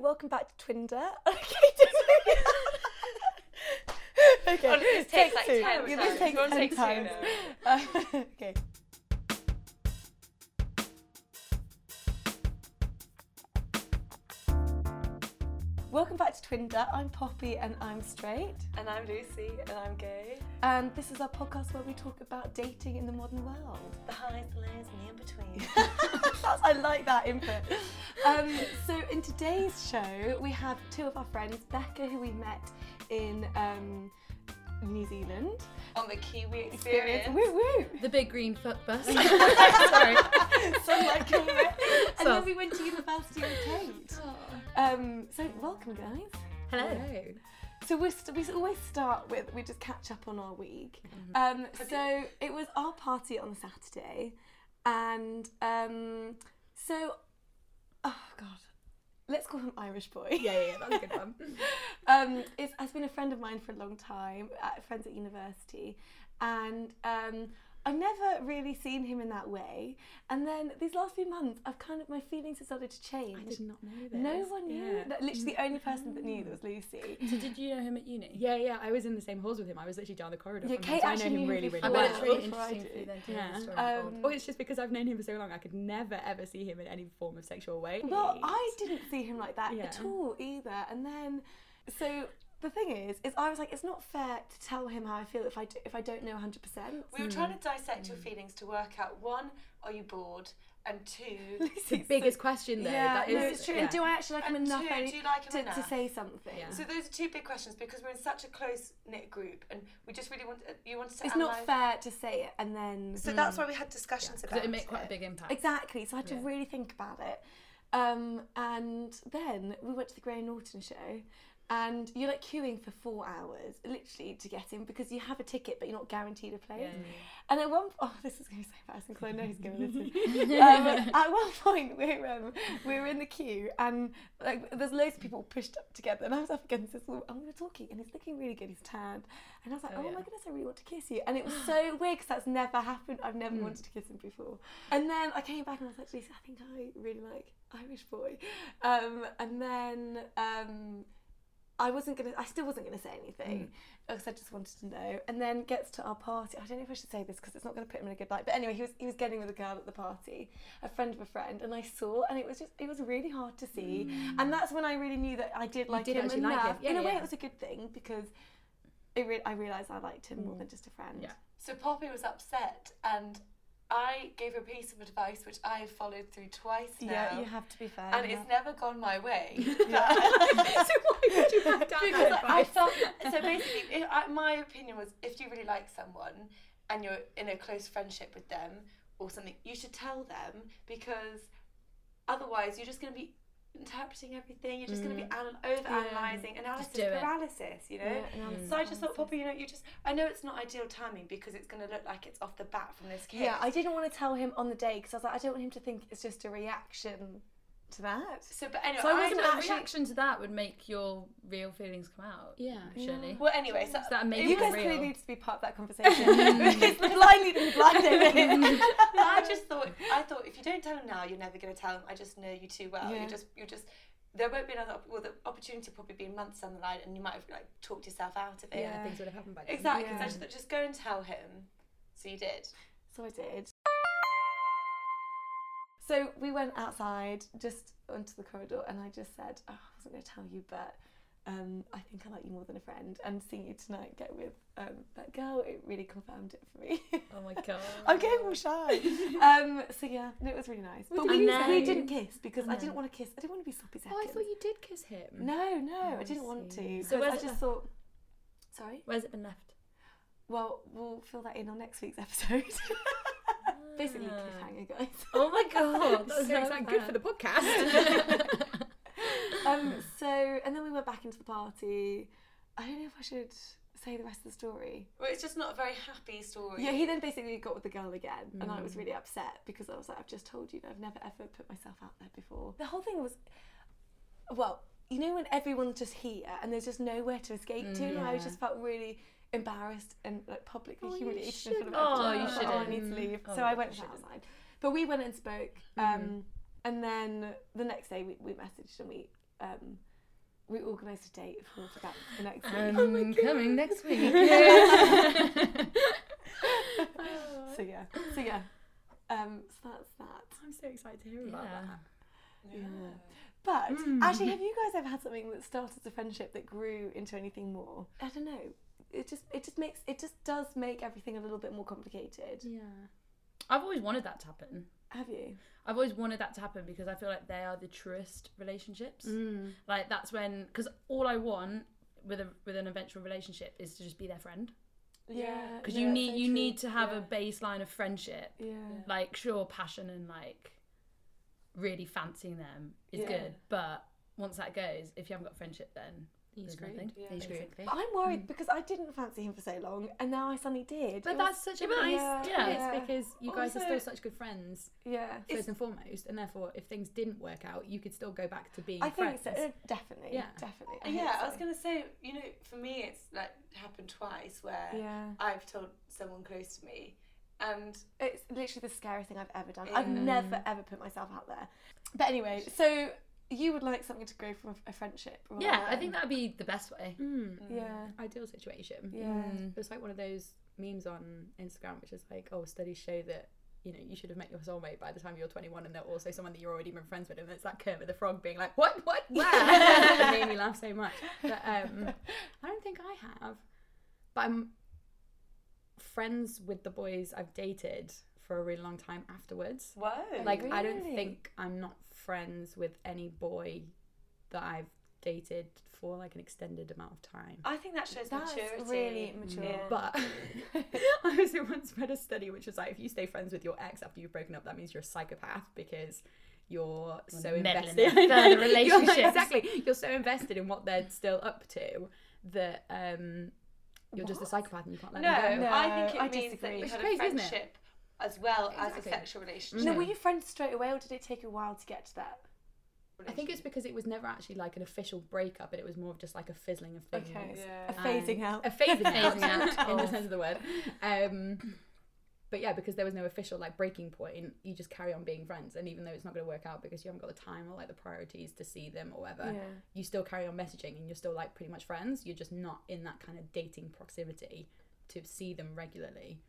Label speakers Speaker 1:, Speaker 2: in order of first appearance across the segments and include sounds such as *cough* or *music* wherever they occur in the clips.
Speaker 1: welcome back to Twinder. *laughs*
Speaker 2: *laughs*
Speaker 1: okay, okay.
Speaker 2: Honestly, this takes like
Speaker 1: two.
Speaker 2: 10
Speaker 1: Yeah,
Speaker 2: times.
Speaker 1: this takes
Speaker 2: Everyone
Speaker 1: 10
Speaker 2: takes two
Speaker 1: times. Um, *laughs* okay. Welcome back to Twinder. I'm Poppy and I'm straight.
Speaker 2: And I'm Lucy, and I'm gay.
Speaker 1: And this is our podcast where we talk about dating in the modern world.
Speaker 2: The highs, the lows, and the in between.
Speaker 1: That's- I like that input. *laughs* Um, so in today's show, we have two of our friends, Becca, who we met in um, New Zealand.
Speaker 2: *laughs* On the Kiwi experience.
Speaker 1: Woo woo. *laughs*
Speaker 3: The big green fuck
Speaker 4: *laughs*
Speaker 3: bus. Sorry.
Speaker 1: Sunlight coming in. And *laughs*
Speaker 3: So-
Speaker 1: then we went to university with Kate. Um, so welcome, guys.
Speaker 3: Hello.
Speaker 1: So we, st- we always start with we just catch up on our week.
Speaker 3: Mm-hmm.
Speaker 1: Um, so it was our party on Saturday, and um, so oh god, let's call him Irish boy.
Speaker 3: yeah, yeah, that was a good one.
Speaker 1: *laughs* um, is, has been a friend of mine for a long time, uh, friends at university, and um, I've never really seen him in that way. And then these last few months, I've kind of my feelings have started to change.
Speaker 3: I did not know this.
Speaker 1: no one knew.
Speaker 3: Yeah. Mm.
Speaker 1: That, literally, the only person that knew that was Lucy.
Speaker 5: So did you know him at uni?
Speaker 3: Yeah, yeah, I was in the same halls with him. I was literally down the corridor.
Speaker 1: Yeah,
Speaker 3: from
Speaker 1: Kate
Speaker 3: him, so I know
Speaker 1: actually
Speaker 3: him
Speaker 1: knew him
Speaker 3: really, really
Speaker 1: before.
Speaker 3: well.
Speaker 1: I
Speaker 4: I bet it's really
Speaker 1: Before I
Speaker 4: interesting
Speaker 1: do.
Speaker 4: for you then to hear
Speaker 5: Yeah.
Speaker 4: the story
Speaker 1: Um,
Speaker 4: unfold.
Speaker 3: Or it's just because I've known him for so long, I could never ever see him in any form of sexual way.
Speaker 1: Well, I didn't see him like that at
Speaker 3: Yeah.
Speaker 1: all either. And then, so the thing is, is I was like, it's not fair to tell him how I feel if I do, if I don't know 100. percent
Speaker 2: We were trying to
Speaker 1: Hmm.
Speaker 2: dissect your feelings to work out one, are you bored? And two,
Speaker 3: It's the biggest question though.
Speaker 1: Yeah,
Speaker 3: that is,
Speaker 1: no, it's true.
Speaker 3: Yeah.
Speaker 1: And do I actually *laughs* like him
Speaker 2: and
Speaker 1: enough
Speaker 2: two,
Speaker 1: I-
Speaker 2: do you like him
Speaker 1: to,
Speaker 2: enough?
Speaker 1: to say something?
Speaker 3: Yeah.
Speaker 2: so those are two big questions because we're in such a close knit group, and we just really want you wanted to.
Speaker 1: It's not
Speaker 2: analyse-
Speaker 1: fair Mm. to say it and then
Speaker 2: So that's why we had discussions
Speaker 5: Because
Speaker 2: about
Speaker 5: it made quite a big impact.
Speaker 1: exactly. So I had to
Speaker 5: Yeah.
Speaker 1: really think about it. Um, and then we went to the Grey and Norton show. And you're like queuing for four hours, literally, to get in because you have a ticket, but you're not guaranteed a place. *laughs* And at one, oh, this is going to be so embarrassing because I know he's going to listen. um, at one point, we were, um, we were in the queue and like there's loads of people pushed up together, and I was up against this woman. I'm going to talk and he's looking really good. He's tanned, and I was like, oh,
Speaker 3: Oh, yeah.
Speaker 1: my goodness, I really want to kiss you. And it was so weird because that's never happened. I've never wanted to kiss him before. And then I came back and I was like, Lisa, I think I really like Irish boy. Um, and then um, I wasn't gonna. I still wasn't gonna say
Speaker 3: Mm.
Speaker 1: anything because I just wanted to know. And then gets to our party. I don't know if I should say this because it's not gonna put him in a good light. But anyway, he was he was getting with a girl at the party, a friend of a friend, and I saw, and it was just it was really hard to see. And that's when I really knew that I did like
Speaker 3: Mm. did
Speaker 1: him
Speaker 3: actually like
Speaker 1: enough.
Speaker 3: him. Yeah,
Speaker 1: in a way,
Speaker 3: yeah.
Speaker 1: it was a good thing because. It re- I realised I liked him more than just a friend.
Speaker 3: Mm. Yeah.
Speaker 2: So Poppy was upset, and I gave her a piece of advice which I have followed through twice now.
Speaker 1: Yeah, you have to be fair.
Speaker 2: and
Speaker 1: yeah.
Speaker 2: it's never gone my way.
Speaker 1: *laughs*
Speaker 3: *laughs* so why would you have *laughs* done
Speaker 2: because
Speaker 3: that?
Speaker 2: I
Speaker 1: *laughs*
Speaker 2: felt so basically. If, I, my opinion was, if you really like someone and you're in a close friendship with them or something, you should tell them because otherwise you're just going to be interpreting everything. You're just going to be
Speaker 1: Mm.
Speaker 2: anal- over analyzing, analysis
Speaker 3: do it.
Speaker 2: paralysis. You know.
Speaker 1: Yeah,
Speaker 3: Mm.
Speaker 1: analysis
Speaker 2: So I just thought, Poppy, you know, you just. I know it's not ideal timing because it's going to look like it's off the bat from this kid.
Speaker 1: Yeah, I didn't want to tell him on the day because I was like, I don't want him to think it's just a reaction to that.
Speaker 2: so, but anyway,
Speaker 1: So I wasn't
Speaker 2: don't
Speaker 1: actually-
Speaker 2: really-
Speaker 4: reaction to that would make your real feelings come out.
Speaker 5: Yeah.
Speaker 4: Surely.
Speaker 2: Well, anyway, so
Speaker 4: that amazing?
Speaker 1: You
Speaker 4: It was
Speaker 1: guys clearly
Speaker 2: Oh.
Speaker 4: real.
Speaker 1: need to be part of that conversation. *laughs* it's the blind leading the blind, David. *laughs*
Speaker 2: I just thought I thought if you don't tell him now, you're never going to tell him. I just know you too well.
Speaker 1: Yeah.
Speaker 2: You just you just there won't be another opp- well the opportunity will probably be months down the line, and you might have like talked yourself out of it.
Speaker 1: Yeah.
Speaker 3: Things would have happened by then.
Speaker 2: Exactly. 'cause
Speaker 1: Yeah.
Speaker 2: I just thought, just go and tell him. So you did.
Speaker 1: So I did. So we went outside, just onto the corridor, and I just said, oh, I wasn't going to tell you, but um, I think I like you more than a friend. And seeing you tonight get with um, that girl, it really confirmed it for me. *laughs*
Speaker 4: Oh my god.
Speaker 1: I'm getting all shy. um, so yeah, no, it was really nice. But
Speaker 4: did
Speaker 1: we,
Speaker 4: you
Speaker 1: we
Speaker 4: say?
Speaker 1: didn't kiss because I didn't want to kiss. I didn't want to be sloppy seconds.
Speaker 3: Oh, I thought you did kiss him.
Speaker 1: No, no,
Speaker 4: Oh,
Speaker 1: I
Speaker 4: I
Speaker 1: didn't want
Speaker 4: see.
Speaker 1: to.
Speaker 4: So
Speaker 1: So I
Speaker 4: where's
Speaker 1: just
Speaker 4: it left?
Speaker 1: thought. Sorry.
Speaker 4: Where's it been *laughs* left?
Speaker 1: Well, we'll fill that in on next week's episode. *laughs* Basically,
Speaker 4: Ah.
Speaker 1: cliffhanger, guys.
Speaker 4: Oh my god.
Speaker 3: That's so exciting. Good for the podcast.
Speaker 1: *laughs* um, so, and then we went back into the party. uh, I don't know if I should say the rest of the story.
Speaker 2: Well, it's just not a very happy story.
Speaker 1: Yeah, Mm. he then basically got with the girl again, and I was really upset because I was like, I've just told you, that I've never ever put myself out there before. The whole thing was, well, you know, when everyone's just here and there's just nowhere to escape to, and I just felt really embarrassed and like publicly humiliated in front of
Speaker 4: shouldn't.
Speaker 1: everyone.
Speaker 4: Oh, you
Speaker 1: I was like, Oh, I need
Speaker 4: shouldn't.
Speaker 1: to leave.
Speaker 4: Oh,
Speaker 1: so I
Speaker 4: you
Speaker 1: went
Speaker 4: shouldn't.
Speaker 1: outside, Mm. but we went and spoke, um, and then the next day we, we messaged and we um, we organised a date for, for that for next week.
Speaker 4: I'm
Speaker 1: Oh my
Speaker 4: Um, coming next week. *laughs*
Speaker 1: God. so yeah, so yeah. Um, so that's that.
Speaker 3: I'm so excited to hear about
Speaker 4: yeah.
Speaker 3: that.
Speaker 1: Yeah. But actually, *laughs* have you guys ever had something that started as a friendship that grew into anything more? I don't know. It just it just makes it just does make everything a little bit more complicated.
Speaker 3: Yeah.
Speaker 4: I've always wanted that to happen.
Speaker 1: Have you?
Speaker 4: I've always wanted that to happen because I feel like they are the truest relationships.
Speaker 3: Mm.
Speaker 4: Like that's when because all I want with a with an eventual relationship is to just be their friend
Speaker 2: Yeah.
Speaker 4: because
Speaker 1: no,
Speaker 4: you
Speaker 1: that's
Speaker 4: need
Speaker 1: so
Speaker 4: you
Speaker 1: true.
Speaker 4: need to have a
Speaker 2: Yeah.
Speaker 4: baseline of friendship.
Speaker 1: Yeah.
Speaker 4: Like sure, passion and like really fancying them is
Speaker 1: Yeah.
Speaker 4: good, but once that goes, if you haven't got friendship, then
Speaker 3: He's
Speaker 4: there's
Speaker 3: great.
Speaker 4: nothing.
Speaker 2: Yeah.
Speaker 4: He's great.
Speaker 1: But I'm worried because I didn't fancy him for so long, and now I suddenly did.
Speaker 3: But
Speaker 1: It was-
Speaker 3: that's such a nice
Speaker 1: Yeah.
Speaker 3: place
Speaker 1: Yeah.
Speaker 3: because you guys are
Speaker 2: Also-
Speaker 3: still such good friends
Speaker 1: yeah.
Speaker 3: first and foremost, and therefore if things didn't work out, you could still go back to being
Speaker 1: I think
Speaker 3: friends.
Speaker 1: so. uh, Definitely.
Speaker 3: Yeah.
Speaker 1: Definitely. I
Speaker 2: yeah,
Speaker 1: hope
Speaker 2: I was
Speaker 1: so.
Speaker 2: gonna say, you know, for me, it's like happened twice where
Speaker 1: Yeah.
Speaker 2: I've told someone close to me, um, and
Speaker 1: It's literally the scariest thing I've ever done. I've
Speaker 2: Yeah.
Speaker 1: never ever put myself out there. But anyway, so you would like something to grow from a, a friendship? rather
Speaker 4: Yeah, I
Speaker 1: than-
Speaker 4: think that'd be the best way.
Speaker 3: Mm.
Speaker 1: Yeah.
Speaker 3: Ideal situation.
Speaker 1: Yeah.
Speaker 4: Mm.
Speaker 3: It was like one of those memes on Instagram, which is like, oh, studies show that you know you should have met your soulmate by the time you're 21, and they're also someone that you're already been friends with, and it's that Kermit the Frog being like, what,
Speaker 1: *laughs*
Speaker 3: what, *laughs* where? it made me laugh so much. But um, I don't think I have. But I'm friends with the boys I've dated for a really long time afterwards.
Speaker 2: Whoa.
Speaker 3: Like I don't
Speaker 1: Really?
Speaker 3: think I'm not friends with any boy that I've dated for like an extended amount of time.
Speaker 2: I think that shows
Speaker 1: That's
Speaker 2: maturity.
Speaker 1: really mature.
Speaker 2: Yeah.
Speaker 3: But *laughs* I also once read a study which was like, if you stay friends with your ex after you've broken up, that means you're a psychopath because you're so
Speaker 4: meddling
Speaker 3: *laughs* invested
Speaker 4: in further
Speaker 3: You're like-
Speaker 4: relationships.
Speaker 3: exactly, you're so invested in what they're still up to that um, you're just a psychopath and you can't
Speaker 2: No,
Speaker 3: let them go.
Speaker 1: No,
Speaker 2: I think it
Speaker 1: I
Speaker 2: means that
Speaker 1: disagree.
Speaker 2: you
Speaker 1: It's
Speaker 2: had a
Speaker 3: crazy, isn't it?
Speaker 2: friendship as well as a
Speaker 3: Exactly.
Speaker 2: sexual relationship.
Speaker 1: No, were you friends straight away, or did it take a while to get to that?
Speaker 3: I think it's because it was never actually like an official breakup, but it was more of just like a fizzling of things.
Speaker 1: Okay.
Speaker 2: yeah.
Speaker 1: Uh, A phasing out.
Speaker 3: A phasing,
Speaker 4: Phasing
Speaker 3: out,
Speaker 4: out
Speaker 3: *laughs* in the
Speaker 4: of-
Speaker 3: sense of the word. Um, but yeah, because there was no official like breaking point, you just carry on being friends. And even though it's not going to work out because you haven't got the time or like the priorities to see them or whatever,
Speaker 1: Yeah.
Speaker 3: you still carry on messaging and you're still like pretty much friends. You're just not in that kind of dating proximity to see them regularly.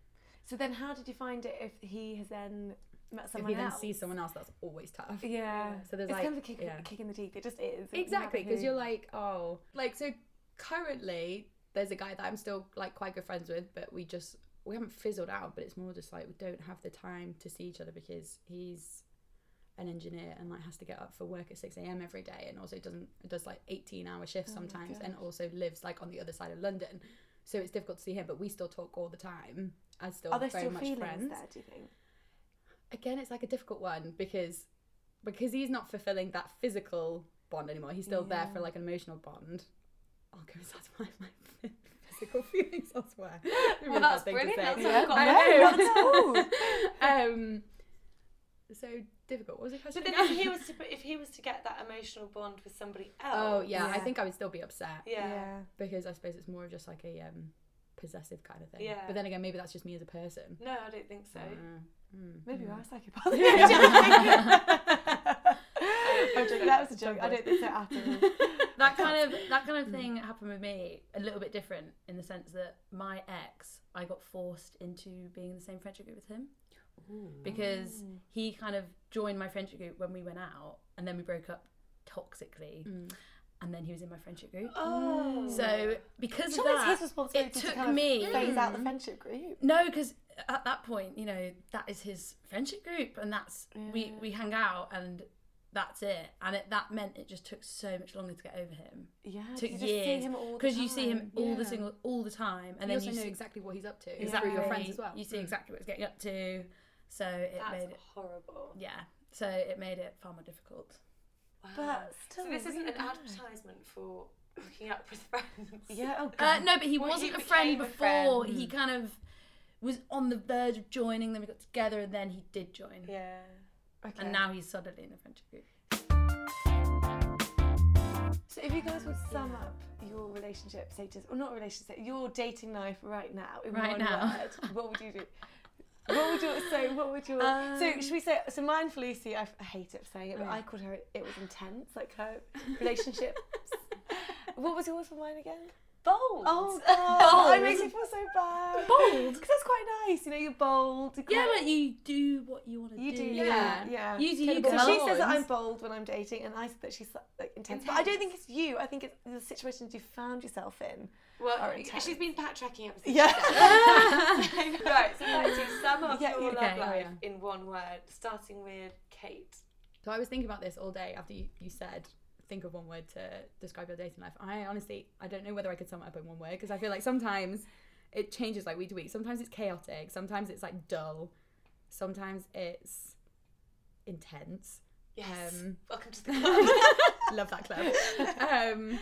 Speaker 1: So then, how did you find it if he has then met
Speaker 3: if
Speaker 1: someone
Speaker 3: you then
Speaker 1: else?
Speaker 3: see someone else, that's always tough.
Speaker 1: yeah.
Speaker 3: So there's
Speaker 1: It's
Speaker 3: like
Speaker 1: kind of a kick,
Speaker 3: yeah.
Speaker 1: kick in the teeth. It just is. It's
Speaker 3: Exactly,
Speaker 1: never
Speaker 3: because you're
Speaker 1: who-
Speaker 3: like, oh, like so. Currently, there's a guy that I'm still like quite good friends with, but we just we haven't fizzled out. But it's more just like we don't have the time to see each other because he's an engineer and like has to get up for work at six a.m. every day, and also doesn't does like eighteen hour shifts
Speaker 1: Oh my
Speaker 3: sometimes,
Speaker 1: gosh.
Speaker 3: and also lives like on the other side of London. So it's difficult to see him, but we still talk all the time. As still
Speaker 1: Are there
Speaker 3: "Oh, very
Speaker 1: still
Speaker 3: much
Speaker 1: feelings
Speaker 3: friends
Speaker 1: there? Do you think?
Speaker 3: again it's like a difficult one because because he's not fulfilling that physical bond anymore he's still there
Speaker 1: Yeah.
Speaker 3: for like an emotional bond i'll go and satisfy my *laughs* physical feelings elsewhere
Speaker 2: Well, that's brilliant. That's
Speaker 1: Yeah.
Speaker 2: what I've
Speaker 1: I
Speaker 2: got.
Speaker 1: know. *laughs* not at
Speaker 3: um so difficult what was the
Speaker 2: So
Speaker 3: question
Speaker 2: then,
Speaker 3: again?
Speaker 2: if he was to put- if he was to get that emotional bond with somebody
Speaker 3: *laughs* oh
Speaker 2: else,
Speaker 3: yeah, i
Speaker 1: Yeah.
Speaker 3: think i would still be upset
Speaker 2: yeah,
Speaker 3: because i suppose it's more of just like a um possessive kind of thing
Speaker 2: Yeah.
Speaker 3: but then again maybe that's just me as a person
Speaker 2: no, I don't think so.
Speaker 3: Mm. Mm.
Speaker 1: Maybe
Speaker 3: *laughs*
Speaker 1: *laughs* we are
Speaker 3: Yeah.
Speaker 1: psychopaths. *laughs* I'm joking. That was a joke. I don't think so at all.
Speaker 4: that kind of that kind of thing happened with me a little bit different in the sense that my ex i got forced into being in the same friendship group with him because
Speaker 3: Mm.
Speaker 1: Mm.
Speaker 4: he kind of joined my friendship group when we went out and then we broke up toxically
Speaker 3: Mm.
Speaker 4: and then he was in my friendship group
Speaker 2: Oh,
Speaker 4: so because
Speaker 1: Sure,
Speaker 4: of
Speaker 1: it's
Speaker 4: that
Speaker 1: his responsibility
Speaker 4: it
Speaker 1: to
Speaker 4: took
Speaker 1: kind of
Speaker 4: me-
Speaker 1: phase out the friendship group.
Speaker 4: no because at that point you know that is his friendship group and that's we
Speaker 1: Yeah.
Speaker 4: we hang out and that's it and it, that meant it just took so much longer to get over him
Speaker 1: Yeah, 'cause
Speaker 4: took
Speaker 1: you just see
Speaker 4: years
Speaker 1: him all the
Speaker 4: because you see him
Speaker 1: time.
Speaker 4: all the
Speaker 3: Yeah.
Speaker 4: single all the time and
Speaker 3: you
Speaker 4: then
Speaker 3: also
Speaker 4: you
Speaker 3: know
Speaker 4: see
Speaker 3: exactly what he's up to
Speaker 1: Yeah.
Speaker 3: through your friends as well
Speaker 4: You see
Speaker 3: Mm.
Speaker 4: exactly what he's getting up to. So it
Speaker 2: that's
Speaker 4: made it,
Speaker 2: horrible.
Speaker 4: yeah. So it made it far more difficult.
Speaker 2: Wow.
Speaker 1: But still,
Speaker 2: Oh, so this isn't
Speaker 1: really
Speaker 2: an
Speaker 1: bad.
Speaker 2: advertisement for hooking up with *laughs* friends.
Speaker 1: Yeah. Oh
Speaker 4: Uh,
Speaker 1: God.
Speaker 4: no, but he
Speaker 2: Well, he
Speaker 4: wasn't a friend
Speaker 2: became a
Speaker 4: before.
Speaker 2: friend.
Speaker 4: He kind of was on the verge of joining. Then we got together, and then he did join.
Speaker 2: Yeah.
Speaker 1: okay.
Speaker 4: And now he's suddenly in the friendship group.
Speaker 1: so if you guys would sum up your relationship status, or not relationship, your dating life right now in
Speaker 4: Right
Speaker 1: one
Speaker 4: now.
Speaker 1: word, what would you do? What would your so? What would your so?
Speaker 4: Um,
Speaker 1: Should we say so? Mine, Felicity, I, I hate it for saying it, but
Speaker 4: Yeah.
Speaker 1: I called her. It was intense, like her relationship. what was yours for mine again?
Speaker 2: Bold.
Speaker 1: Oh, God, it makes me feel so bad.
Speaker 4: Bold.
Speaker 1: because that's quite nice. You know, you're bold. You're
Speaker 4: Yeah,
Speaker 1: quite-
Speaker 4: like you do what you want to do.
Speaker 1: you do.
Speaker 2: yeah.
Speaker 1: Yeah, yeah.
Speaker 4: Usually you
Speaker 1: So
Speaker 4: go
Speaker 1: she says that
Speaker 4: along.
Speaker 1: I'm bold when I'm dating, and I said that she's like intense. But I don't think it's you. I think it's the situations you found yourself in.
Speaker 2: Well,
Speaker 1: Are intense.
Speaker 2: she's been backtracking ever
Speaker 1: *laughs*
Speaker 2: since.
Speaker 1: Yeah.
Speaker 2: right, so let's do sum up
Speaker 1: Yeah,
Speaker 2: your
Speaker 1: yeah.
Speaker 2: love
Speaker 3: Okay,
Speaker 2: life
Speaker 3: yeah.
Speaker 2: in one word, starting with Kate.
Speaker 3: So I was thinking about this all day after you, you said think of one word to describe your dating life. I honestly I don't know whether I could sum it up in one word because I feel like sometimes it changes like week to week. Sometimes it's chaotic, sometimes it's like dull, sometimes it's intense.
Speaker 2: Yes.
Speaker 3: Um,
Speaker 2: Welcome to the club.
Speaker 3: Love that club. um,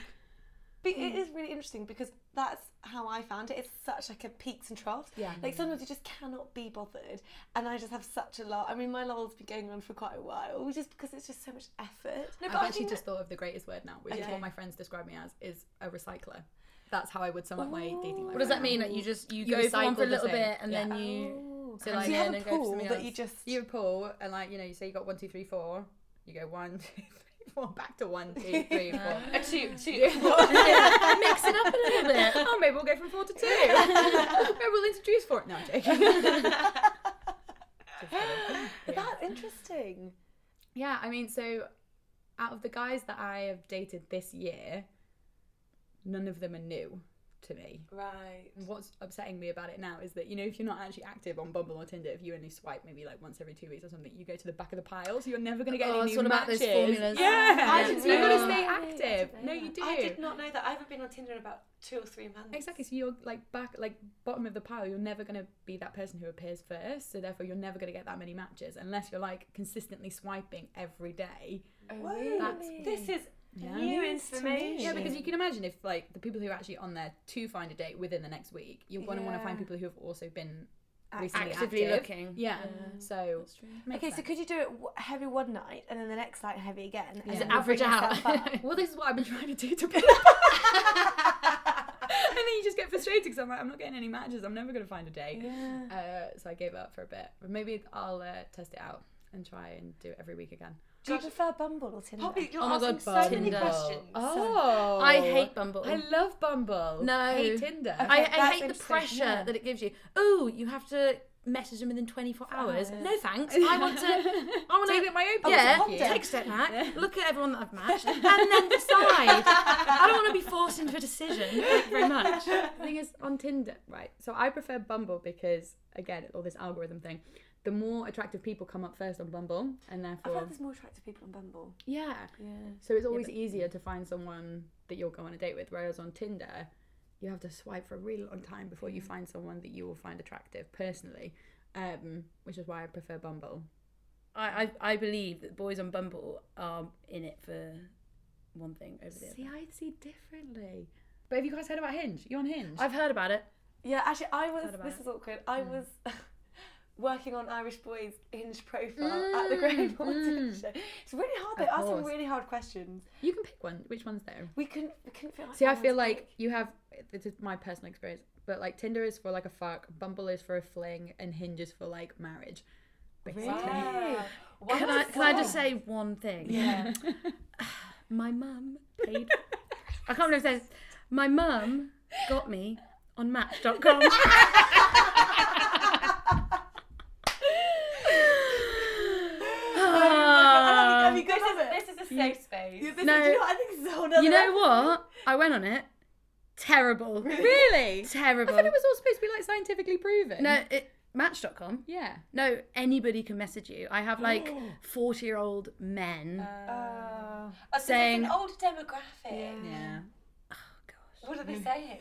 Speaker 1: But it is really interesting because that's how I found it. It's such like a peaks and troughs.
Speaker 3: yeah.
Speaker 1: Like sometimes you just cannot be bothered, and I just have such a lot. I mean, my lol's been going on for quite a while, just because it's just so much effort.
Speaker 2: no, but
Speaker 3: I've
Speaker 2: I
Speaker 3: actually
Speaker 2: think
Speaker 3: just thought of the greatest word now, which is
Speaker 1: Okay.
Speaker 3: what my friends describe me as, is a recycler. That's how I would sum up my dating life.
Speaker 4: What does that
Speaker 3: now.
Speaker 4: mean? Like you just you,
Speaker 3: You
Speaker 4: go for one
Speaker 3: recycle
Speaker 4: for a
Speaker 3: the
Speaker 4: little
Speaker 3: same.
Speaker 4: bit and
Speaker 3: Yeah.
Speaker 4: then you
Speaker 1: Oh.
Speaker 4: So,
Speaker 1: So,
Speaker 4: like,
Speaker 1: you have
Speaker 4: then
Speaker 1: a
Speaker 4: it goes to
Speaker 1: pool
Speaker 4: something
Speaker 1: that
Speaker 4: else.
Speaker 1: you just
Speaker 3: you pull and like you know you say you got one two three four you go one *laughs* two three four back to one two *laughs* three four
Speaker 4: Uh,
Speaker 2: a two, two.
Speaker 3: *laughs*
Speaker 4: mix it up a little bit.
Speaker 3: oh maybe we'll go from four *laughs* to two maybe we'll introduce four no I'm joking *laughs*
Speaker 1: *laughs*
Speaker 3: Just kidding. yeah.
Speaker 1: That's interesting.
Speaker 3: yeah I mean so out of the guys that I have dated this year none of them are new to me
Speaker 2: Right.
Speaker 3: what's upsetting me about it now is that you know if you're not actually active on Bumble or Tinder, if you only swipe maybe like once every two weeks or something, you go to the back of the pile, so you're never going to get
Speaker 4: Oh,
Speaker 3: any
Speaker 4: it's
Speaker 3: new
Speaker 4: all about
Speaker 3: matches.
Speaker 4: those formulas.
Speaker 3: Yeah,
Speaker 1: I
Speaker 4: didn't
Speaker 3: you got to
Speaker 4: know
Speaker 3: stay
Speaker 1: that. I didn't
Speaker 3: active.
Speaker 1: know
Speaker 3: No,
Speaker 1: that.
Speaker 3: you do.
Speaker 2: I did not know that. I haven't been on Tinder in about two or three months.
Speaker 3: Exactly. So you're like back, like bottom of the pile. You're never going to be that person who appears first. So therefore, you're never going to get that many matches unless you're like consistently swiping every day.
Speaker 2: Oh,
Speaker 1: Whoa,
Speaker 3: That's-
Speaker 2: This is
Speaker 3: Yeah.
Speaker 2: new
Speaker 1: News to me.
Speaker 2: information.
Speaker 3: Yeah, because you can imagine if like the people who are actually on there to find a date within the next week, you're going to want to find
Speaker 1: Yeah.
Speaker 3: people who have also been
Speaker 1: Ac-
Speaker 3: recently
Speaker 4: Actively
Speaker 3: active.
Speaker 4: looking.
Speaker 3: Yeah. So
Speaker 5: That's true.
Speaker 3: makes
Speaker 1: okay, so
Speaker 3: sense.
Speaker 1: could you do it w- heavy one night and then the next night heavy again?
Speaker 3: Yeah.
Speaker 1: and
Speaker 3: Is it
Speaker 1: then bring
Speaker 4: average out?
Speaker 1: yourself
Speaker 2: *laughs*
Speaker 1: up? *laughs*
Speaker 3: *laughs* well, this is what I've been trying to do *laughs* to people. and then you just get frustrated because I'm like, I'm not getting any matches. I'm never going to find a date.
Speaker 1: yeah.
Speaker 3: Uh, so I gave up for a bit. But maybe I'll uh, test it out and try and do it every week again.
Speaker 1: Do you
Speaker 2: Gosh.
Speaker 1: prefer Bumble or Tinder?
Speaker 2: Poppy, you're
Speaker 4: Oh my
Speaker 2: asking
Speaker 4: God,
Speaker 2: so many
Speaker 4: Tinder.
Speaker 2: questions.
Speaker 3: Oh,
Speaker 4: I hate Bumble.
Speaker 3: I love Bumble.
Speaker 4: No.
Speaker 3: I hate Tinder.
Speaker 1: Okay.
Speaker 4: I, I
Speaker 1: that's
Speaker 4: hate the
Speaker 1: interesting,
Speaker 4: pressure
Speaker 1: yeah.
Speaker 4: that it gives you. Oh, you have to message them within 24 hours.
Speaker 1: hours.
Speaker 4: No thanks. I want to. I want
Speaker 3: Take
Speaker 4: to.
Speaker 3: it my own.
Speaker 4: yeah,
Speaker 3: pace.
Speaker 4: take a step back. Look at everyone that I've matched, and then decide. I don't want to be forced into a decision. Thank you very much.
Speaker 3: The thing is, on Tinder, right? So I prefer Bumble because, again, all this algorithm thing. The more attractive people come up first on Bumble, and
Speaker 1: I
Speaker 3: therefore,
Speaker 1: thought there's more attractive people on Bumble.
Speaker 3: yeah.
Speaker 1: Yeah.
Speaker 3: So it's always easier to find someone that you'll go on a date with, whereas on Tinder, you have to swipe for a really long time before you find someone that you will find attractive personally, um, which is why I prefer Bumble.
Speaker 4: I, I, I believe that boys on Bumble are in it for one thing over the other.
Speaker 3: See, I see differently. But have you guys heard about Hinge? You on Hinge?
Speaker 4: I've heard about it.
Speaker 1: Yeah, actually, I was.
Speaker 4: Thought about
Speaker 1: This
Speaker 4: it.
Speaker 1: is awkward. I was *laughs* working on Irish Boy's hinge profile at the Grey Morton show. It's really hard. They
Speaker 3: Of
Speaker 1: asked some
Speaker 3: course.
Speaker 1: really hard questions.
Speaker 3: you can pick one. Which one's there?
Speaker 1: We couldn't. We couldn't feel.
Speaker 3: See, I feel like you have. This is my personal experience, but like Tinder is for like a fuck, Bumble is for a fling, and Hinge is for like marriage. Basically. *laughs*
Speaker 2: Wow.
Speaker 4: Can I, can I just say one thing?
Speaker 1: Yeah.
Speaker 4: My mum paid. I can't remember if it says. My mum got me on Match.com. Ah,
Speaker 1: Have you guys ever?
Speaker 2: This is, this is a safe space.
Speaker 1: Yeah, this
Speaker 4: No.
Speaker 1: is, you know, I think this is a whole
Speaker 2: *laughs*
Speaker 1: nother
Speaker 4: You know
Speaker 1: level.
Speaker 4: what? I went on it. Terrible.
Speaker 3: Really? I
Speaker 4: Terrible.
Speaker 3: thought it was all supposed to be like scientifically proven.
Speaker 4: No, it, Match.com.
Speaker 3: Yeah.
Speaker 4: No, anybody can message you. I have like 40 year old men.
Speaker 1: Uh,
Speaker 2: Oh, so
Speaker 4: saying-
Speaker 2: it's an older demographic.
Speaker 3: Yeah.
Speaker 2: What are they saying?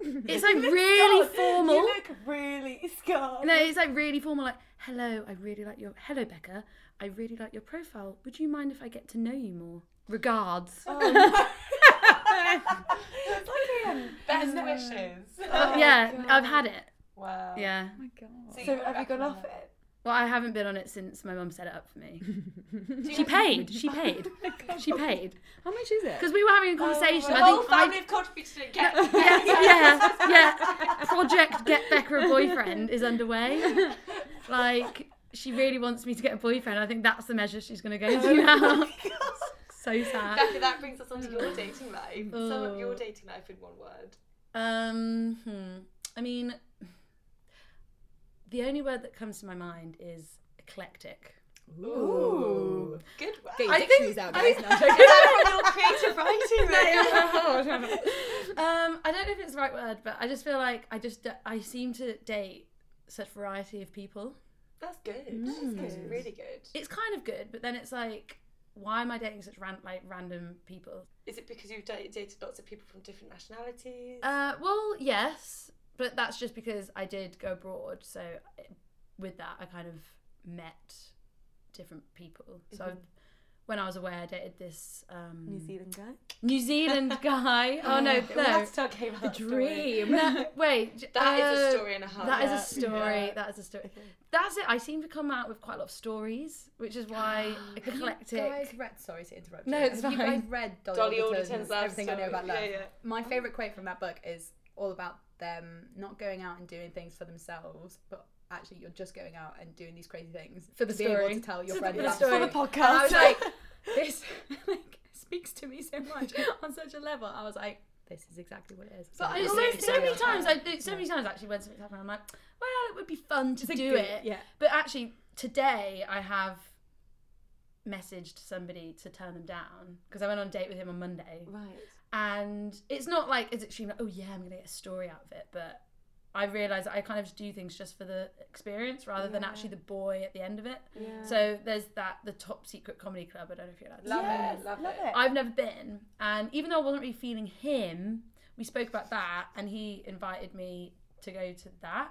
Speaker 4: It's like really
Speaker 1: God,
Speaker 4: formal.
Speaker 1: You look really scarred.
Speaker 4: No, it's like really formal. Like, hello, I really like your. Hello, Becca. I really like your profile. Would you mind if I get to know you more? Regards.
Speaker 1: Oh, no. It's like, um,
Speaker 2: Best wishes.
Speaker 1: Oh,
Speaker 4: *laughs* yeah,
Speaker 1: God.
Speaker 4: I've had it.
Speaker 2: wow.
Speaker 4: Yeah.
Speaker 3: Oh my god.
Speaker 2: So
Speaker 1: so
Speaker 2: would
Speaker 1: have you gone
Speaker 2: recommend
Speaker 1: off
Speaker 2: that?
Speaker 1: it?
Speaker 4: Well, I haven't been on it since my mum set it up for me. she paid. She paid. She paid.
Speaker 3: How much is it?
Speaker 4: Because we were having a conversation.
Speaker 2: The
Speaker 4: I
Speaker 2: whole
Speaker 4: think I
Speaker 2: family have contributed to it. *laughs* Get
Speaker 4: yeah, *laughs* yeah, yeah. Project Get Becca a Boyfriend is underway. Like, she really wants me to get a boyfriend. I think that's the measure she's going to go to now. so sad.
Speaker 2: Becca, that brings us on to
Speaker 4: Mm.
Speaker 2: your dating life. Sum
Speaker 4: Oh.
Speaker 2: up your dating life in one word.
Speaker 4: Um, hmm. I mean, the only word that comes to my mind is eclectic.
Speaker 3: Ooh.
Speaker 2: Good word.
Speaker 3: Get your
Speaker 2: I think
Speaker 3: dictionaries out, guys. No,
Speaker 4: *laughs*
Speaker 3: I'm *laughs* joking.
Speaker 2: is that from your *laughs*
Speaker 1: *laughs*
Speaker 2: creative writing then?
Speaker 4: um, I don't know if it's the right word, but I just feel like I just I seem to date such variety of people.
Speaker 2: That's good. That's
Speaker 4: Mm.
Speaker 2: good. really good.
Speaker 4: It's kind of good, but then it's like, why am I dating such ran- like random people?
Speaker 2: Is it because you've da- dated lots of people from different nationalities?
Speaker 4: Uh, well, yes, but that's just because I did go abroad. So I- with that, I kind of met different people. So
Speaker 2: Mm-hmm.
Speaker 4: I've- when I was away, I dated this um,
Speaker 1: New Zealand guy.
Speaker 4: New
Speaker 2: *laughs*
Speaker 4: Zealand guy. oh no,
Speaker 2: we
Speaker 4: no,
Speaker 2: have to talk about that story. *laughs*
Speaker 3: Dream.
Speaker 4: no *laughs* wait. j-
Speaker 2: That is
Speaker 4: uh,
Speaker 2: a story and a half.
Speaker 4: That is
Speaker 3: Yeah.
Speaker 4: a story.
Speaker 3: Yeah.
Speaker 4: That is a story. That's it. I seem to come out with quite a lot of stories, which
Speaker 2: *gasps*
Speaker 4: is why eclectic.
Speaker 3: Guys read, sorry to interrupt. you.
Speaker 4: No, it's
Speaker 3: Have You guys
Speaker 4: fine.
Speaker 3: read
Speaker 2: Dolly
Speaker 3: Dolly,
Speaker 2: Alderton's
Speaker 3: Alderton's
Speaker 2: love
Speaker 3: Everything I Know
Speaker 2: story.
Speaker 3: About Love.
Speaker 2: Yeah, yeah.
Speaker 3: My favourite quote from that book is all about them not going out and doing things for themselves, but actually you're just going out and doing these crazy things
Speaker 4: For the
Speaker 3: to be able
Speaker 4: story.
Speaker 3: to tell your
Speaker 4: To
Speaker 3: friend
Speaker 4: the
Speaker 3: about
Speaker 4: story.
Speaker 3: it.
Speaker 4: For
Speaker 3: And
Speaker 4: the
Speaker 3: I
Speaker 1: *laughs*
Speaker 3: was like, *laughs* this like speaks to me
Speaker 4: *laughs*
Speaker 3: so much on such a level. I was like, this is exactly what it is.
Speaker 2: But I
Speaker 4: I-
Speaker 3: It's
Speaker 4: so,
Speaker 2: always
Speaker 4: so many
Speaker 2: think-
Speaker 4: times I do, so many times actually when something's happening, I'm like, well, it would be fun to
Speaker 3: a
Speaker 4: do
Speaker 3: good-
Speaker 4: it.
Speaker 3: Yeah.
Speaker 4: But actually, today I have messaged somebody to turn them down because I went on a date with him on Monday,
Speaker 1: Right.
Speaker 4: and it's not like it's extreme. Like, oh yeah, I'm gonna get a story out of it, but I realise that I kind of just do things just for the experience rather than actually the boy at the end of it.
Speaker 1: Yeah.
Speaker 4: So there's that the top secret comedy club. I don't know if you're allowed. to
Speaker 2: Love
Speaker 4: say
Speaker 2: it. Love, it.
Speaker 4: I've never been, and even though I wasn't really feeling him, we spoke about that, and he invited me to go to that,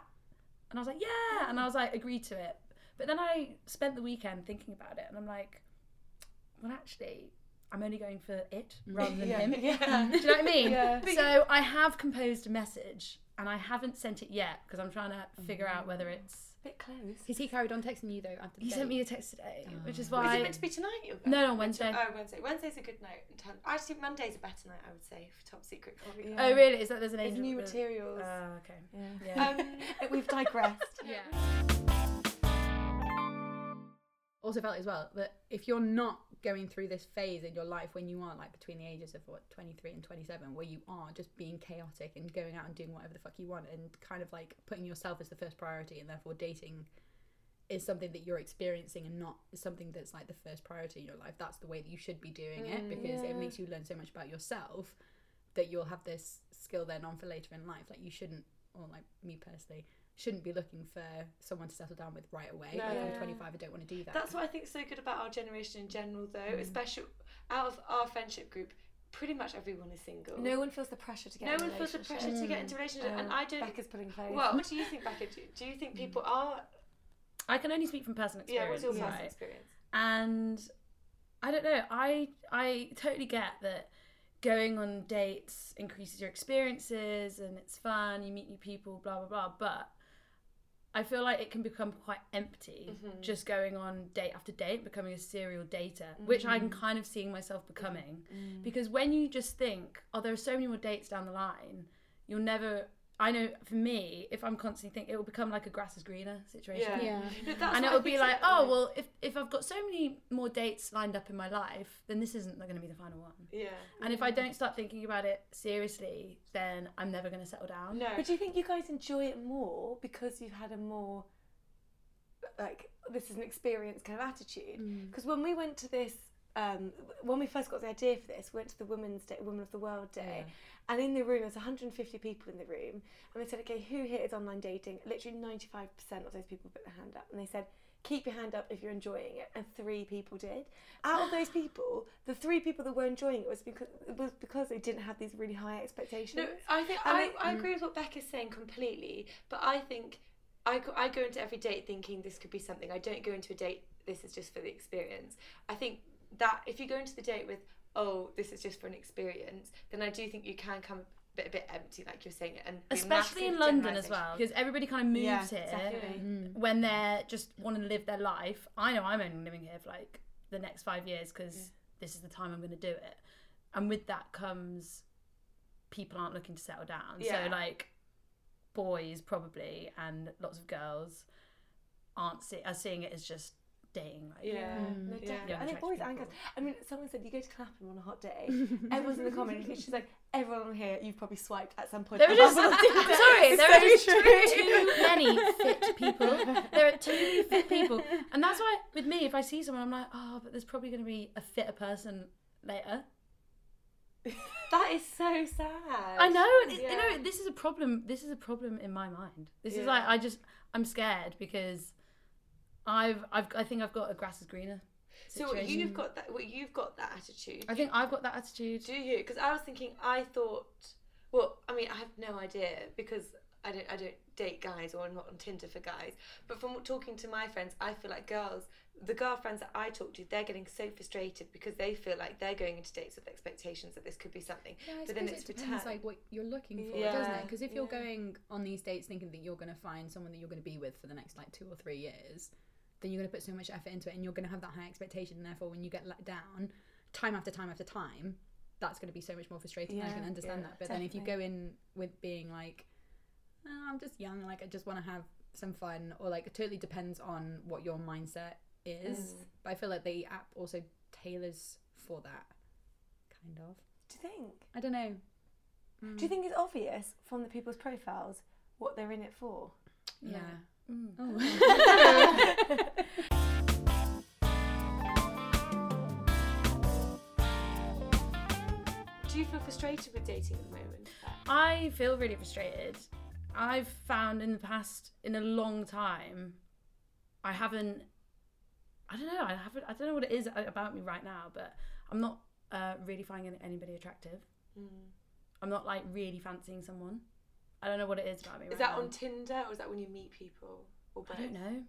Speaker 4: and I was like, yeah, and I was like, agreed to it. But then I spent the weekend thinking about it, and I'm like, well, actually, I'm only going for *laughs* it rather than him.
Speaker 2: Yeah.
Speaker 4: *laughs* Do you know what I mean?
Speaker 1: Yeah.
Speaker 4: So I have composed a message, and I haven't sent it yet because I'm trying to figure out whether it's.
Speaker 1: bit close.
Speaker 3: Because he carried on texting you though after
Speaker 4: Mm.
Speaker 3: the
Speaker 4: He
Speaker 3: date.
Speaker 4: sent me a text today, which Oh. is
Speaker 2: Is
Speaker 4: why.
Speaker 2: it meant to be tonight? You're going?
Speaker 4: No, on Wednesday.
Speaker 2: Oh, Wednesday. Wednesday's a good night. in term- Actually, Monday's a better night, I would say, for top secret coffee.
Speaker 1: Yeah.
Speaker 4: Oh really? Is that there's an
Speaker 1: There's
Speaker 4: angel?
Speaker 1: new
Speaker 4: with-
Speaker 1: materials.
Speaker 4: Ah, okay.
Speaker 1: Yeah.
Speaker 4: *laughs* Yeah.
Speaker 2: Um,
Speaker 1: We've
Speaker 2: *laughs*
Speaker 1: digressed.
Speaker 4: yeah.
Speaker 3: also felt as well that if you're not going through this phase in your life when you are like between the ages of what 23 and 27 where you are just being chaotic and going out and doing whatever the fuck you want and kind of like putting yourself as the first priority and therefore dating is something that you're experiencing and not something that's like the first priority in your life that's the way that you should be doing it because
Speaker 1: yeah.
Speaker 3: it makes you learn so much about yourself that you'll have this skill then on for later in life like you shouldn't or like me personally shouldn't be looking for someone to settle down with right away like i'm
Speaker 1: No.
Speaker 3: 25 i don't want to do that
Speaker 2: That's what I think is so good about our generation in general, though.
Speaker 4: Mm.
Speaker 2: Especially out of our friendship group, pretty much everyone is single.
Speaker 1: No one feels the pressure to get.
Speaker 2: No
Speaker 1: in a
Speaker 2: one feels the pressure
Speaker 1: relationship.
Speaker 2: to
Speaker 4: Mm.
Speaker 2: get into a relationship, and
Speaker 4: Uh,
Speaker 1: Um,
Speaker 2: I don't.
Speaker 1: Becca's putting face.
Speaker 2: Well, what do you think, Becca? Do, do you think people are?
Speaker 4: I can only speak from personal
Speaker 2: Yeah,
Speaker 4: Mm.
Speaker 2: what's
Speaker 4: experience,
Speaker 2: your personal
Speaker 4: right?
Speaker 2: experience?
Speaker 4: And I don't know. I I totally get that going on dates increases your experiences and it's fun. You meet new people, blah blah blah. But I feel like it can become quite empty
Speaker 2: Mm-hmm.
Speaker 4: just going on date after date, becoming a serial dater, which I'm
Speaker 2: Mm-hmm.
Speaker 4: kind of seeing myself becoming.
Speaker 2: Mm.
Speaker 4: Because when you just think, oh, there are so many more dates down the line, you'll never. I know for me, if I'm constantly thinking, it will become like a grass is greener situation
Speaker 2: Yeah.
Speaker 3: Yeah.
Speaker 2: No, that's what
Speaker 4: and it
Speaker 2: I
Speaker 4: would be
Speaker 2: think's
Speaker 4: like,
Speaker 2: so-
Speaker 4: oh well, if if I've got so many more dates lined up in my life, then this isn't going to be the final one.
Speaker 2: Yeah.
Speaker 4: And if I don't start thinking about it seriously, then I'm never going to settle down.
Speaker 2: No.
Speaker 1: But do you think you guys enjoy it more because you had a more like this is an experience kind of
Speaker 3: Mm.
Speaker 1: attitude? Because when we went to this, um, when we first got the idea for this, we went to the Women's Day, Women of the World Day, and in the room there's 150 people in the room, and they said, okay, who here is online dating? Literally 95% of those people put their hand up, and they said. Keep your hand up if you're enjoying it, and three people did. Out of those people, the three people that were enjoying it was because it was because they didn't have these really high expectations.
Speaker 2: No, I think
Speaker 1: And
Speaker 2: I,
Speaker 1: it-
Speaker 4: Mm.
Speaker 2: I agree with what Becca's saying completely, but I think I go, I go into every date thinking this could be something. I don't go into a date, this is just for the experience. I think that if you go into the date with, oh, this is just for an experience, then I do think you can come a but a bit empty, like you're saying, and the
Speaker 4: especially in
Speaker 2: massive
Speaker 4: London as
Speaker 2: generalisation.
Speaker 4: well, because everybody kind of moves
Speaker 1: Yeah,
Speaker 4: here
Speaker 1: exactly.
Speaker 4: when they're just wanting to live their life. I know I'm only living here for like the next five years because this is the time I'm going to do it, and with that comes people aren't looking to settle down.
Speaker 2: Yeah.
Speaker 4: So like boys probably and lots of girls aren't see- are seeing it as just dating. Like,
Speaker 2: Yeah.
Speaker 1: No,
Speaker 4: Mm.
Speaker 2: Yeah.
Speaker 1: definitely. I think
Speaker 4: Attractive
Speaker 1: boys and
Speaker 4: people.
Speaker 1: girls. I mean, someone said you go to Clapham on a hot day.
Speaker 3: Mm.
Speaker 1: Everyone's in the comments. She's like, everyone here, you've probably swiped at some point.
Speaker 4: There were just
Speaker 1: on Tinder."
Speaker 4: *laughs* sorry,
Speaker 1: It's
Speaker 4: there were just
Speaker 1: so
Speaker 4: too many fit people. There are too fit people, and that's why with me, if I see someone, I'm like, oh, but there's probably going to be a fitter person later.
Speaker 1: That is so sad.
Speaker 4: I know, and it,
Speaker 1: Yeah.
Speaker 4: you know, this is a problem. This is a problem in my mind. This is
Speaker 1: Yeah.
Speaker 4: like I just I'm scared because I've I've I think I've got a grass is greener.
Speaker 2: So what
Speaker 4: situation.
Speaker 2: you've got that. What you've got that attitude.
Speaker 4: I think I've got that attitude.
Speaker 2: Do you? Because I was thinking, I thought, well, I mean, I have no idea because I don't, I don't date guys or I'm not on Tinder for guys. But from talking to my friends, I feel like girls, the girlfriends that I talk to, they're getting so frustrated because they feel like they're going into dates with expectations that this could be something.
Speaker 3: Yeah, I
Speaker 2: But then
Speaker 3: suppose
Speaker 2: it's
Speaker 3: it depends
Speaker 2: pretend.
Speaker 3: like what you're looking for, doesn't
Speaker 2: Yeah,
Speaker 3: it? Because if you're
Speaker 1: yeah.
Speaker 3: going on these dates thinking that you're going to find someone that you're going to be with for the next like two or three years, then you're going to put so much effort into it, and you're going to have that high expectation. And therefore, when you get let down, time after time after time, that's going to be so much more frustrating. I
Speaker 1: Yeah,
Speaker 3: can understand
Speaker 2: yeah,
Speaker 3: that. But then if you go in with being like, oh, I'm just young, like I just want to have some fun, or like it totally depends on what your mindset is.
Speaker 2: Mm.
Speaker 3: But I feel like the app also tailors for that, kind of.
Speaker 1: Do you think?
Speaker 3: I don't know. Mm,
Speaker 1: Do you think it's obvious from the people's profiles what they're in it for?
Speaker 3: Yeah.
Speaker 4: Mm.
Speaker 3: Oh.
Speaker 2: Do you feel frustrated with dating at the moment?
Speaker 4: I feel really frustrated. I've found in the past, in a long time, I haven't. I don't know. I haven't. I don't know what it is a- about me right now, but I'm not uh, really finding anybody attractive.
Speaker 3: Mm.
Speaker 4: I'm not like really fancying someone. I don't know what it is about me.
Speaker 2: Is
Speaker 4: right
Speaker 2: that
Speaker 4: now.
Speaker 2: on Tinder or is that when you meet people? Or both?
Speaker 4: I don't know.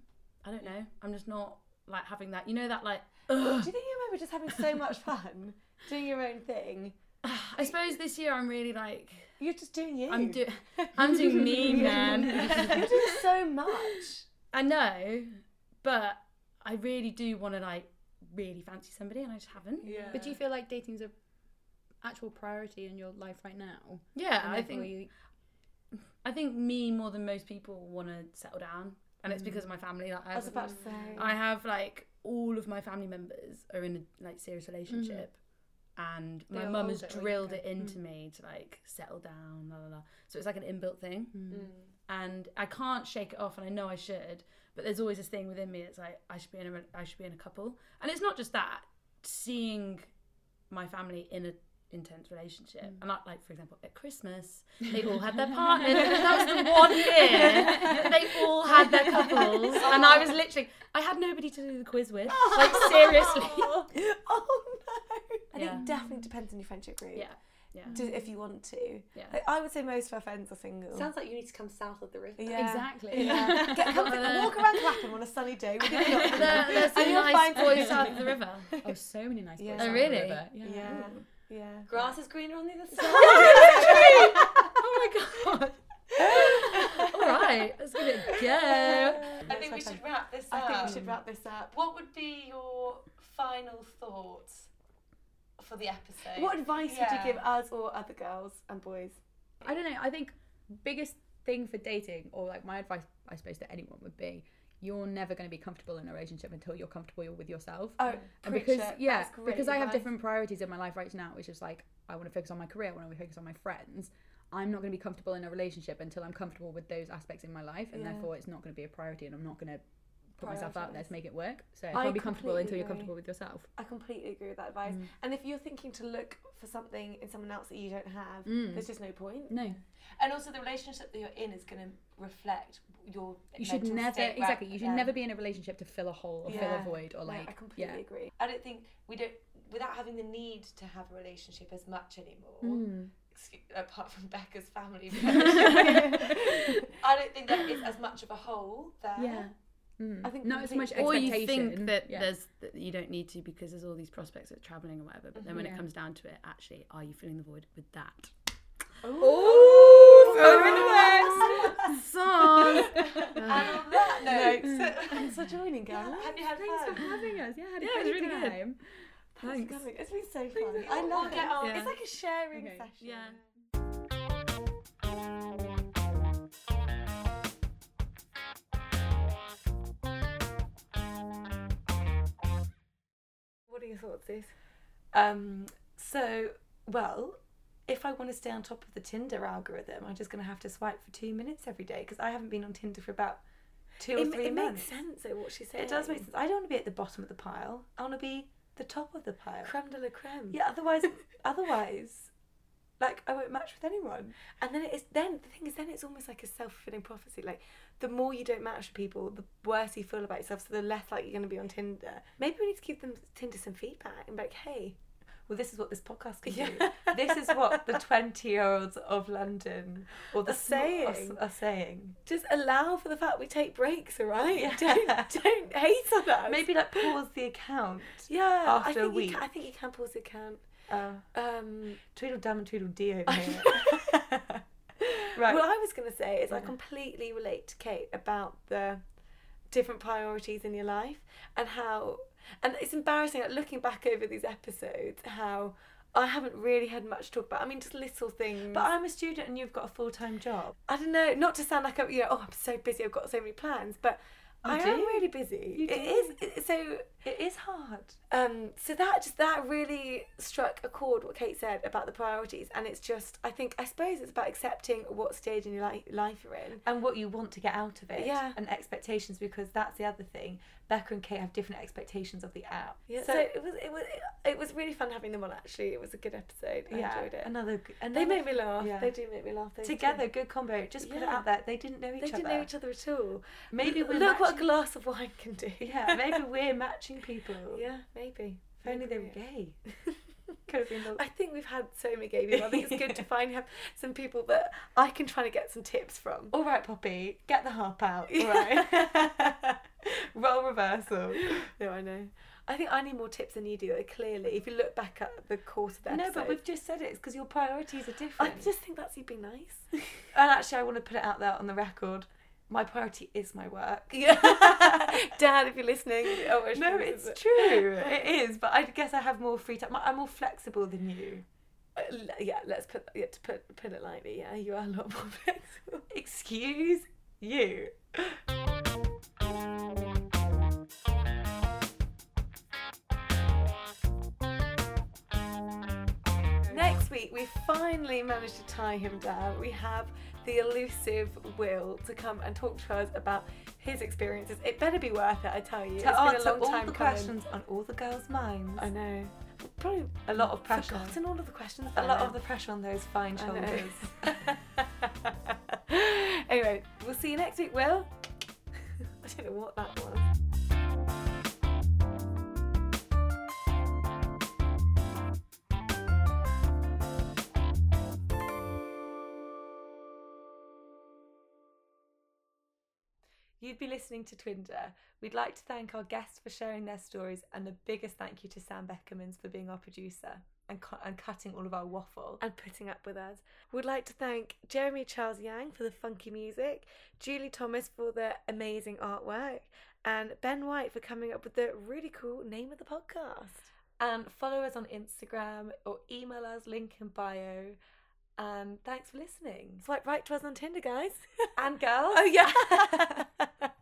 Speaker 4: I don't know. I'm just not like having that. You know that like. Ugh.
Speaker 1: Do you think you remember just having so much fun, doing your own thing?
Speaker 4: *sighs* I suppose this year I'm really like
Speaker 1: You're just doing you.
Speaker 4: I'm
Speaker 1: *laughs*
Speaker 4: do I'm doing me, man.
Speaker 1: You're doing so much.
Speaker 4: I know, but I really do want to like really fancy somebody, and I just haven't.
Speaker 2: Yeah.
Speaker 3: *laughs* But do you feel like dating's a actual priority in your life right now?
Speaker 4: Yeah,
Speaker 3: And
Speaker 4: I
Speaker 3: therefore
Speaker 4: think
Speaker 3: you,
Speaker 4: I think me more than most people want to settle down, and
Speaker 3: Mm.
Speaker 4: it's because of my family. Like, I,
Speaker 1: I was
Speaker 4: have,
Speaker 1: about to say.
Speaker 4: I have like all of my family members are in a like serious relationship, and
Speaker 3: Mm-hmm. They
Speaker 4: my
Speaker 3: are
Speaker 4: mum has
Speaker 3: older Mm. or
Speaker 4: drilled
Speaker 3: younger.
Speaker 4: it into me to like settle down, la la la. So it's like an inbuilt thing,
Speaker 3: hmm. Mm.
Speaker 2: Mm.
Speaker 4: and I can't shake it off, and I know I should, but there's always this thing within me. It's like I should be in a re- I should be in a couple, and it's not just that seeing my family in a intense relationship
Speaker 3: Mm.
Speaker 4: and like, like for example at christmas they all
Speaker 3: *laughs*
Speaker 4: had their partners that was the one year that they all had their couples and i was literally i had nobody to do the quiz with like
Speaker 1: *laughs*
Speaker 4: seriously
Speaker 1: Oh, oh no. I think
Speaker 4: Yeah.
Speaker 1: it definitely depends on your friendship group.
Speaker 4: yeah yeah
Speaker 1: Do- if you want to.
Speaker 4: Yeah.
Speaker 1: Like, I would say most of our friends are
Speaker 3: Mm.
Speaker 1: single.
Speaker 2: Sounds like you need to come south of the river.
Speaker 1: yeah.
Speaker 3: exactly.
Speaker 1: *laughs* Yeah. Get, come,
Speaker 4: Uh,
Speaker 1: walk around Clapham on a sunny day. With your *laughs*
Speaker 4: *laughs* there,
Speaker 1: binoculars.
Speaker 4: there's
Speaker 1: And
Speaker 4: some
Speaker 1: you'll
Speaker 4: nice
Speaker 1: find
Speaker 4: boys
Speaker 1: people.
Speaker 4: south of the river
Speaker 3: *laughs* oh, so many nice
Speaker 1: Yeah.
Speaker 3: boys.
Speaker 1: Oh,
Speaker 3: on the
Speaker 4: really?
Speaker 3: river. Yeah.
Speaker 1: Yeah. Yeah.
Speaker 2: Grass is greener on the other
Speaker 3: *laughs*
Speaker 2: side.
Speaker 4: oh my god *laughs* all right let's give it a go
Speaker 2: I
Speaker 1: That's
Speaker 2: think
Speaker 1: my
Speaker 2: we should
Speaker 1: favourite.
Speaker 2: wrap this
Speaker 1: I
Speaker 2: up.
Speaker 1: think we should wrap this up.
Speaker 2: What would be your final thoughts for the episode?
Speaker 1: What advice
Speaker 2: Yeah.
Speaker 1: would you give us or other girls and boys?
Speaker 3: I don't know. I think biggest thing for dating, or like my advice, I suppose to anyone would be, you're never going to be comfortable in a relationship until you're comfortable with yourself.
Speaker 1: Oh,
Speaker 3: And
Speaker 1: preach
Speaker 3: because
Speaker 1: it.
Speaker 3: yeah,
Speaker 1: That's great
Speaker 3: because I have
Speaker 1: advice.
Speaker 3: different priorities in my life right now, which is like I want to focus on my career, I want to focus on my friends. I'm not going to be comfortable in a relationship until I'm comfortable with those aspects in my life, and
Speaker 1: Yeah.
Speaker 3: therefore it's not going to be a priority, and I'm not going to put myself out there
Speaker 1: Prioritise.
Speaker 3: to make it work. So
Speaker 1: I
Speaker 3: I'll be comfortable until
Speaker 1: completely
Speaker 3: you're
Speaker 1: agree.
Speaker 3: comfortable with yourself.
Speaker 1: I completely agree with that advice.
Speaker 3: Mm.
Speaker 1: And if you're thinking to look for something in someone else that you don't have,
Speaker 3: Mm.
Speaker 1: there's just no point.
Speaker 3: No,
Speaker 2: And also, the relationship that you're in is going to reflect your.
Speaker 3: you should
Speaker 2: mental
Speaker 3: never
Speaker 2: state right
Speaker 3: exactly. You should
Speaker 2: then.
Speaker 3: never be in a relationship to fill a hole or fill
Speaker 1: Yeah.
Speaker 3: a void or
Speaker 1: No,
Speaker 3: like
Speaker 1: I completely
Speaker 3: yeah.
Speaker 1: agree.
Speaker 2: I don't think we don't without having the need to have a relationship as much anymore.
Speaker 1: Mm.
Speaker 3: Mm.
Speaker 2: excuse- apart from Becca's family,
Speaker 1: *laughs*
Speaker 2: I don't think there is as much of a hole there.
Speaker 3: Yeah. Mm.
Speaker 1: I think
Speaker 3: not as much
Speaker 1: completely-
Speaker 4: or
Speaker 3: expectation.
Speaker 4: you think that
Speaker 3: yeah.
Speaker 4: there's that you don't need to because there's all these prospects of traveling or whatever but then when
Speaker 3: Yeah.
Speaker 4: it comes down to it actually are you filling the void with that
Speaker 3: Ooh, throwing
Speaker 4: Oh, *laughs*
Speaker 3: the works. Song.
Speaker 2: And on
Speaker 1: *laughs*
Speaker 2: that note,
Speaker 1: Mm. Thanks for joining, girl.
Speaker 2: have you had
Speaker 3: Thanks for
Speaker 2: fun?
Speaker 3: having us. Yeah, I had a
Speaker 4: Yeah, it
Speaker 3: great
Speaker 4: was really good.
Speaker 3: time.
Speaker 1: Thanks.
Speaker 3: Thanks.
Speaker 1: for coming. It's been so
Speaker 2: Thanks,
Speaker 1: fun.
Speaker 2: it's
Speaker 1: I
Speaker 2: all
Speaker 1: love it.
Speaker 2: good. Yeah.
Speaker 1: It's like a sharing
Speaker 3: Okay.
Speaker 1: session.
Speaker 4: Yeah.
Speaker 1: What are your thoughts, Sis?
Speaker 2: Um, so, well, if I want to stay on top of the Tinder algorithm, I'm just going to have to swipe for two minutes every day because I haven't been on Tinder for about two or
Speaker 1: It,
Speaker 2: three
Speaker 1: it makes
Speaker 2: months.
Speaker 1: sense though what she's saying.
Speaker 2: It does make sense. I don't want to be at the bottom of the pile. I want to be the top of the pile.
Speaker 1: Creme de la creme.
Speaker 2: Yeah,
Speaker 1: *laughs*
Speaker 2: otherwise, otherwise, like I won't match with anyone.
Speaker 1: And then it is then the thing is then it's almost like a self fulfilling prophecy. Like the more you don't match with people, the worse you feel about yourself, so the less likely you're gonna be on Tinder. Maybe we need to give them Tinder some feedback and be like, hey,
Speaker 2: Well, this is what this podcast can do.
Speaker 1: yeah.
Speaker 2: This is
Speaker 1: *laughs*
Speaker 2: what the twenty-year-olds of London or the
Speaker 1: Are
Speaker 2: small- are-
Speaker 1: saying.
Speaker 2: are saying.
Speaker 1: just allow for the fact we take breaks, all right? *laughs* Don't don't hate on us.
Speaker 2: Maybe like pause the account.
Speaker 1: yeah. I
Speaker 2: after a
Speaker 1: think you
Speaker 2: week.
Speaker 1: Can, I think you can pause the account.
Speaker 2: Uh,
Speaker 1: Um
Speaker 2: Tweedledum
Speaker 1: *laughs*
Speaker 2: and Tweedledee over here. *laughs* right. Mm.
Speaker 1: right. What I was going to say is I
Speaker 2: Yeah.
Speaker 1: completely relate to Kate about the different priorities in your life and how, and it's embarrassing like, looking back over these episodes how I haven't really had much to talk about. I mean, just little things.
Speaker 2: but I'm a student and you've got a full-time job.
Speaker 1: I don't know, not to sound like I'm, you know, oh, I'm so busy, I've got so many plans, but
Speaker 2: You
Speaker 1: I am
Speaker 2: do.
Speaker 1: really busy.
Speaker 2: You
Speaker 1: It
Speaker 2: do.
Speaker 1: is it- so.
Speaker 2: It is hard.
Speaker 1: Um, so that just that really struck a chord what Kate said about the priorities, and it's just I think I suppose it's about accepting what stage in your li- life you're in.
Speaker 2: and what you want to get out of it
Speaker 1: Yeah.
Speaker 2: and expectations because that's the other thing becca and kate have different expectations of the app
Speaker 1: Yeah. So,
Speaker 2: so,
Speaker 1: it was it was it was really fun having them on. Actually, it was a good episode. I
Speaker 2: yeah
Speaker 1: enjoyed it.
Speaker 2: another g-
Speaker 1: they
Speaker 2: another
Speaker 1: make me laugh.
Speaker 2: yeah.
Speaker 1: They do make me laugh. those two.
Speaker 2: together good combo just put it
Speaker 1: Yeah.
Speaker 2: out there they didn't know each
Speaker 1: They
Speaker 2: other
Speaker 1: didn't know each other at all.
Speaker 2: maybe we're
Speaker 1: Look what a
Speaker 2: matching-
Speaker 1: glass of wine can do.
Speaker 2: yeah maybe we're matching people
Speaker 1: *laughs* yeah, maybe.
Speaker 2: if only they were
Speaker 1: Maybe.
Speaker 2: gay
Speaker 1: *laughs*
Speaker 2: could have been the
Speaker 1: I think we've had so many gay people. I think it's good *laughs* to find have some people that I can try to get some tips from.
Speaker 2: all right poppy get the harp out
Speaker 1: *laughs*
Speaker 2: all right
Speaker 1: Right.
Speaker 2: role reversal
Speaker 1: no, I know. I think I need more tips than you do. Though, clearly, if you look back at the course of the
Speaker 2: no
Speaker 1: episode,
Speaker 2: but we've just said it it's because your priorities are different
Speaker 1: I just think that's you being *laughs* nice.
Speaker 2: and actually i want to put it out there on the record my priority is my work
Speaker 1: *laughs*
Speaker 2: *laughs*
Speaker 1: yeah, Dad, if you're listening, oh, I should
Speaker 2: No,
Speaker 1: listen
Speaker 2: it's
Speaker 1: to- *laughs*
Speaker 2: true. It is, but I guess I have more free time. I'm more flexible than you.
Speaker 1: Uh, l- yeah, let's put yeah, to put put it lightly. Yeah, you are a lot more *laughs* flexible.
Speaker 2: Excuse you.
Speaker 1: Next week, we finally managed to tie him down. We have the elusive Will to come and talk to us about his experiences. It better be worth it, I tell you. It's
Speaker 2: To answer
Speaker 1: been a long
Speaker 2: all
Speaker 1: time
Speaker 2: the
Speaker 1: coming.
Speaker 2: questions on all the girls' minds.
Speaker 1: I know. Probably
Speaker 2: A lot of pressure.
Speaker 1: Forgotten all of the questions.
Speaker 2: A lot of the pressure on those fine
Speaker 1: I know.
Speaker 2: shoulders.
Speaker 1: *laughs*
Speaker 2: *laughs*
Speaker 1: anyway, we'll see you next week, Will. *laughs* I don't know what that was.
Speaker 2: You'd be listening to Twinder. We'd like to thank our guests for sharing their stories, and the biggest thank you to Sam Beckermans for being our producer and, cu- and cutting all of our waffle.
Speaker 1: and putting up with us. We'd like to thank Jeremy Charles Yang for the funky music, Julie Thomas for the amazing artwork, and Ben White for coming up with the really cool name of the podcast.
Speaker 2: And follow us on Instagram or email us, link in bio. And Um, thanks for listening. *laughs*
Speaker 1: Swipe right to us on Tinder, guys.
Speaker 2: And girls.
Speaker 1: oh, yeah.